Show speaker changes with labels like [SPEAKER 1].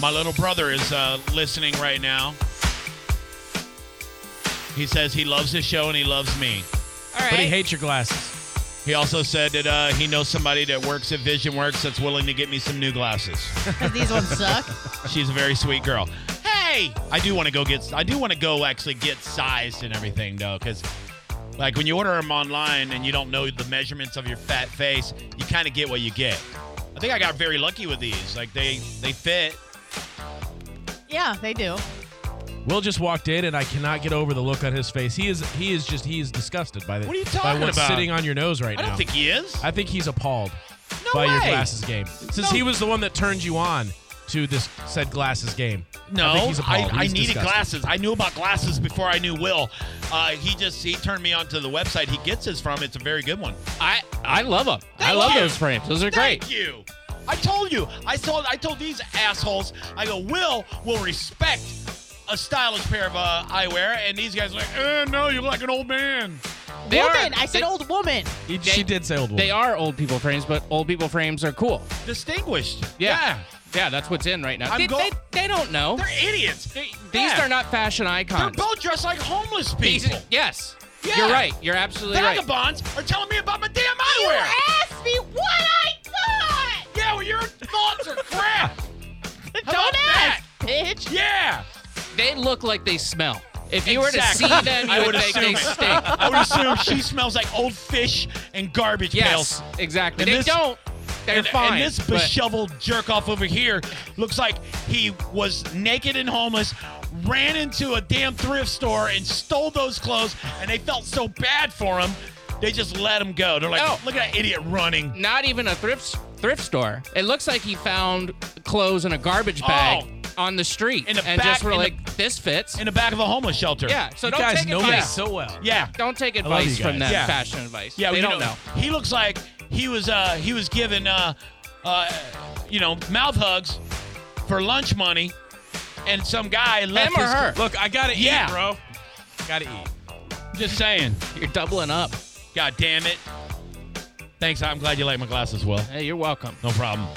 [SPEAKER 1] My little brother is uh, listening right now. He says he loves this show and he loves me.
[SPEAKER 2] All right.
[SPEAKER 3] But he hates your glasses.
[SPEAKER 1] He also said that uh, he knows somebody that works at Vision Works that's willing to get me some new glasses.
[SPEAKER 2] 'Cause these ones suck.
[SPEAKER 1] She's a very sweet girl. Hey, I do want to go get. I do want to go actually get sized and everything though, because like when you order them online and you don't know the measurements of your fat face, you kind of get what you get. I think I got very lucky with these. Like they they fit.
[SPEAKER 2] Yeah, they do.
[SPEAKER 3] Will just walked in, and I cannot get over the look on his face. He is he is just he is disgusted by the
[SPEAKER 1] What are you
[SPEAKER 3] by
[SPEAKER 1] talking
[SPEAKER 3] what's
[SPEAKER 1] about?
[SPEAKER 3] sitting on your nose right
[SPEAKER 1] I
[SPEAKER 3] now.
[SPEAKER 1] don't think he is.
[SPEAKER 3] I think he's appalled
[SPEAKER 1] No
[SPEAKER 3] by your
[SPEAKER 1] way.
[SPEAKER 3] glasses game since
[SPEAKER 1] No.
[SPEAKER 3] he was the one that turned you on to this said glasses game.
[SPEAKER 1] No,
[SPEAKER 3] I, think he's
[SPEAKER 1] I,
[SPEAKER 3] appalled.
[SPEAKER 1] I
[SPEAKER 3] He's
[SPEAKER 1] needed
[SPEAKER 3] disgusted.
[SPEAKER 1] glasses. I knew about glasses before I knew Will. Uh, he just he turned me onto the website he gets his from. It's a very good one.
[SPEAKER 4] I I love them. I
[SPEAKER 1] Thank
[SPEAKER 4] love
[SPEAKER 1] you.
[SPEAKER 4] those frames. Those are
[SPEAKER 1] Thank
[SPEAKER 4] great.
[SPEAKER 1] you. I told you. I told I told these assholes. I go, Will will respect a stylish pair of uh, eyewear, and these guys are like, eh, no, you look like an old man.
[SPEAKER 4] They are-
[SPEAKER 2] woman. I said
[SPEAKER 4] they-
[SPEAKER 2] old woman.
[SPEAKER 3] He-
[SPEAKER 4] They-
[SPEAKER 3] she did say old woman.
[SPEAKER 4] They are old people frames, but old people frames are cool.
[SPEAKER 1] Distinguished.
[SPEAKER 4] Yeah. Yeah, that's what's in right now.
[SPEAKER 1] I'm
[SPEAKER 4] They,
[SPEAKER 1] go-
[SPEAKER 4] they, they don't know.
[SPEAKER 1] They're idiots. They,
[SPEAKER 4] These
[SPEAKER 1] yeah.
[SPEAKER 4] are not fashion
[SPEAKER 1] They're
[SPEAKER 4] icons.
[SPEAKER 1] both dressed like homeless
[SPEAKER 4] These-
[SPEAKER 1] people.
[SPEAKER 4] yes.
[SPEAKER 1] Yeah.
[SPEAKER 4] You're right. You're absolutely right.
[SPEAKER 1] Vagabonds are telling me about my damn eyewear.
[SPEAKER 2] asked me what I thought.
[SPEAKER 1] Yeah, well, your thoughts are crap. How about
[SPEAKER 2] Don't
[SPEAKER 1] that?
[SPEAKER 2] ask, bitch.
[SPEAKER 1] Yeah.
[SPEAKER 4] They look like they smell. If you
[SPEAKER 1] Exactly.
[SPEAKER 4] were to see them, you
[SPEAKER 1] I
[SPEAKER 4] would
[SPEAKER 1] would
[SPEAKER 4] think
[SPEAKER 1] assume-
[SPEAKER 4] they stink.
[SPEAKER 1] I would assume she smells like old fish and garbage pails.
[SPEAKER 4] Yes, exactly.
[SPEAKER 1] And
[SPEAKER 4] they
[SPEAKER 1] this-
[SPEAKER 4] don't. They're
[SPEAKER 1] and,
[SPEAKER 4] fine.
[SPEAKER 1] And this
[SPEAKER 4] but-
[SPEAKER 1] disheveled jerk off over here looks like he was naked and homeless, ran into a damn thrift store and stole those clothes, and they felt so bad for him, they just let him go. They're like,
[SPEAKER 4] No.
[SPEAKER 1] look at that idiot running.
[SPEAKER 4] not even a thrift thrift store. It looks like he found clothes in a garbage bag on the street
[SPEAKER 1] In the
[SPEAKER 4] and
[SPEAKER 1] back-
[SPEAKER 4] just were
[SPEAKER 1] in the-
[SPEAKER 4] like, "This fits."
[SPEAKER 1] In the back of a homeless shelter.
[SPEAKER 4] yeah. So
[SPEAKER 3] you
[SPEAKER 4] don't
[SPEAKER 3] guys
[SPEAKER 4] take
[SPEAKER 3] know me
[SPEAKER 4] advice.
[SPEAKER 3] so well.
[SPEAKER 1] Yeah.
[SPEAKER 4] Don't take
[SPEAKER 3] love
[SPEAKER 4] advice
[SPEAKER 3] you
[SPEAKER 4] from
[SPEAKER 3] guys.
[SPEAKER 4] them.
[SPEAKER 1] Yeah.
[SPEAKER 4] Fashion advice.
[SPEAKER 1] Yeah,
[SPEAKER 4] they
[SPEAKER 1] we
[SPEAKER 4] don't know.
[SPEAKER 1] He looks like he was uh he was given uh uh you know mouth hugs for lunch money, and some guy left
[SPEAKER 4] Him or
[SPEAKER 1] his-
[SPEAKER 4] her?
[SPEAKER 3] Look, I gotta
[SPEAKER 1] Yeah.
[SPEAKER 3] eat, bro. Gotta eat.
[SPEAKER 1] Just saying.
[SPEAKER 4] You're doubling up.
[SPEAKER 1] God damn it. Thanks. I'm glad you like my glasses, Will.
[SPEAKER 4] Hey, you're welcome.
[SPEAKER 1] No problem.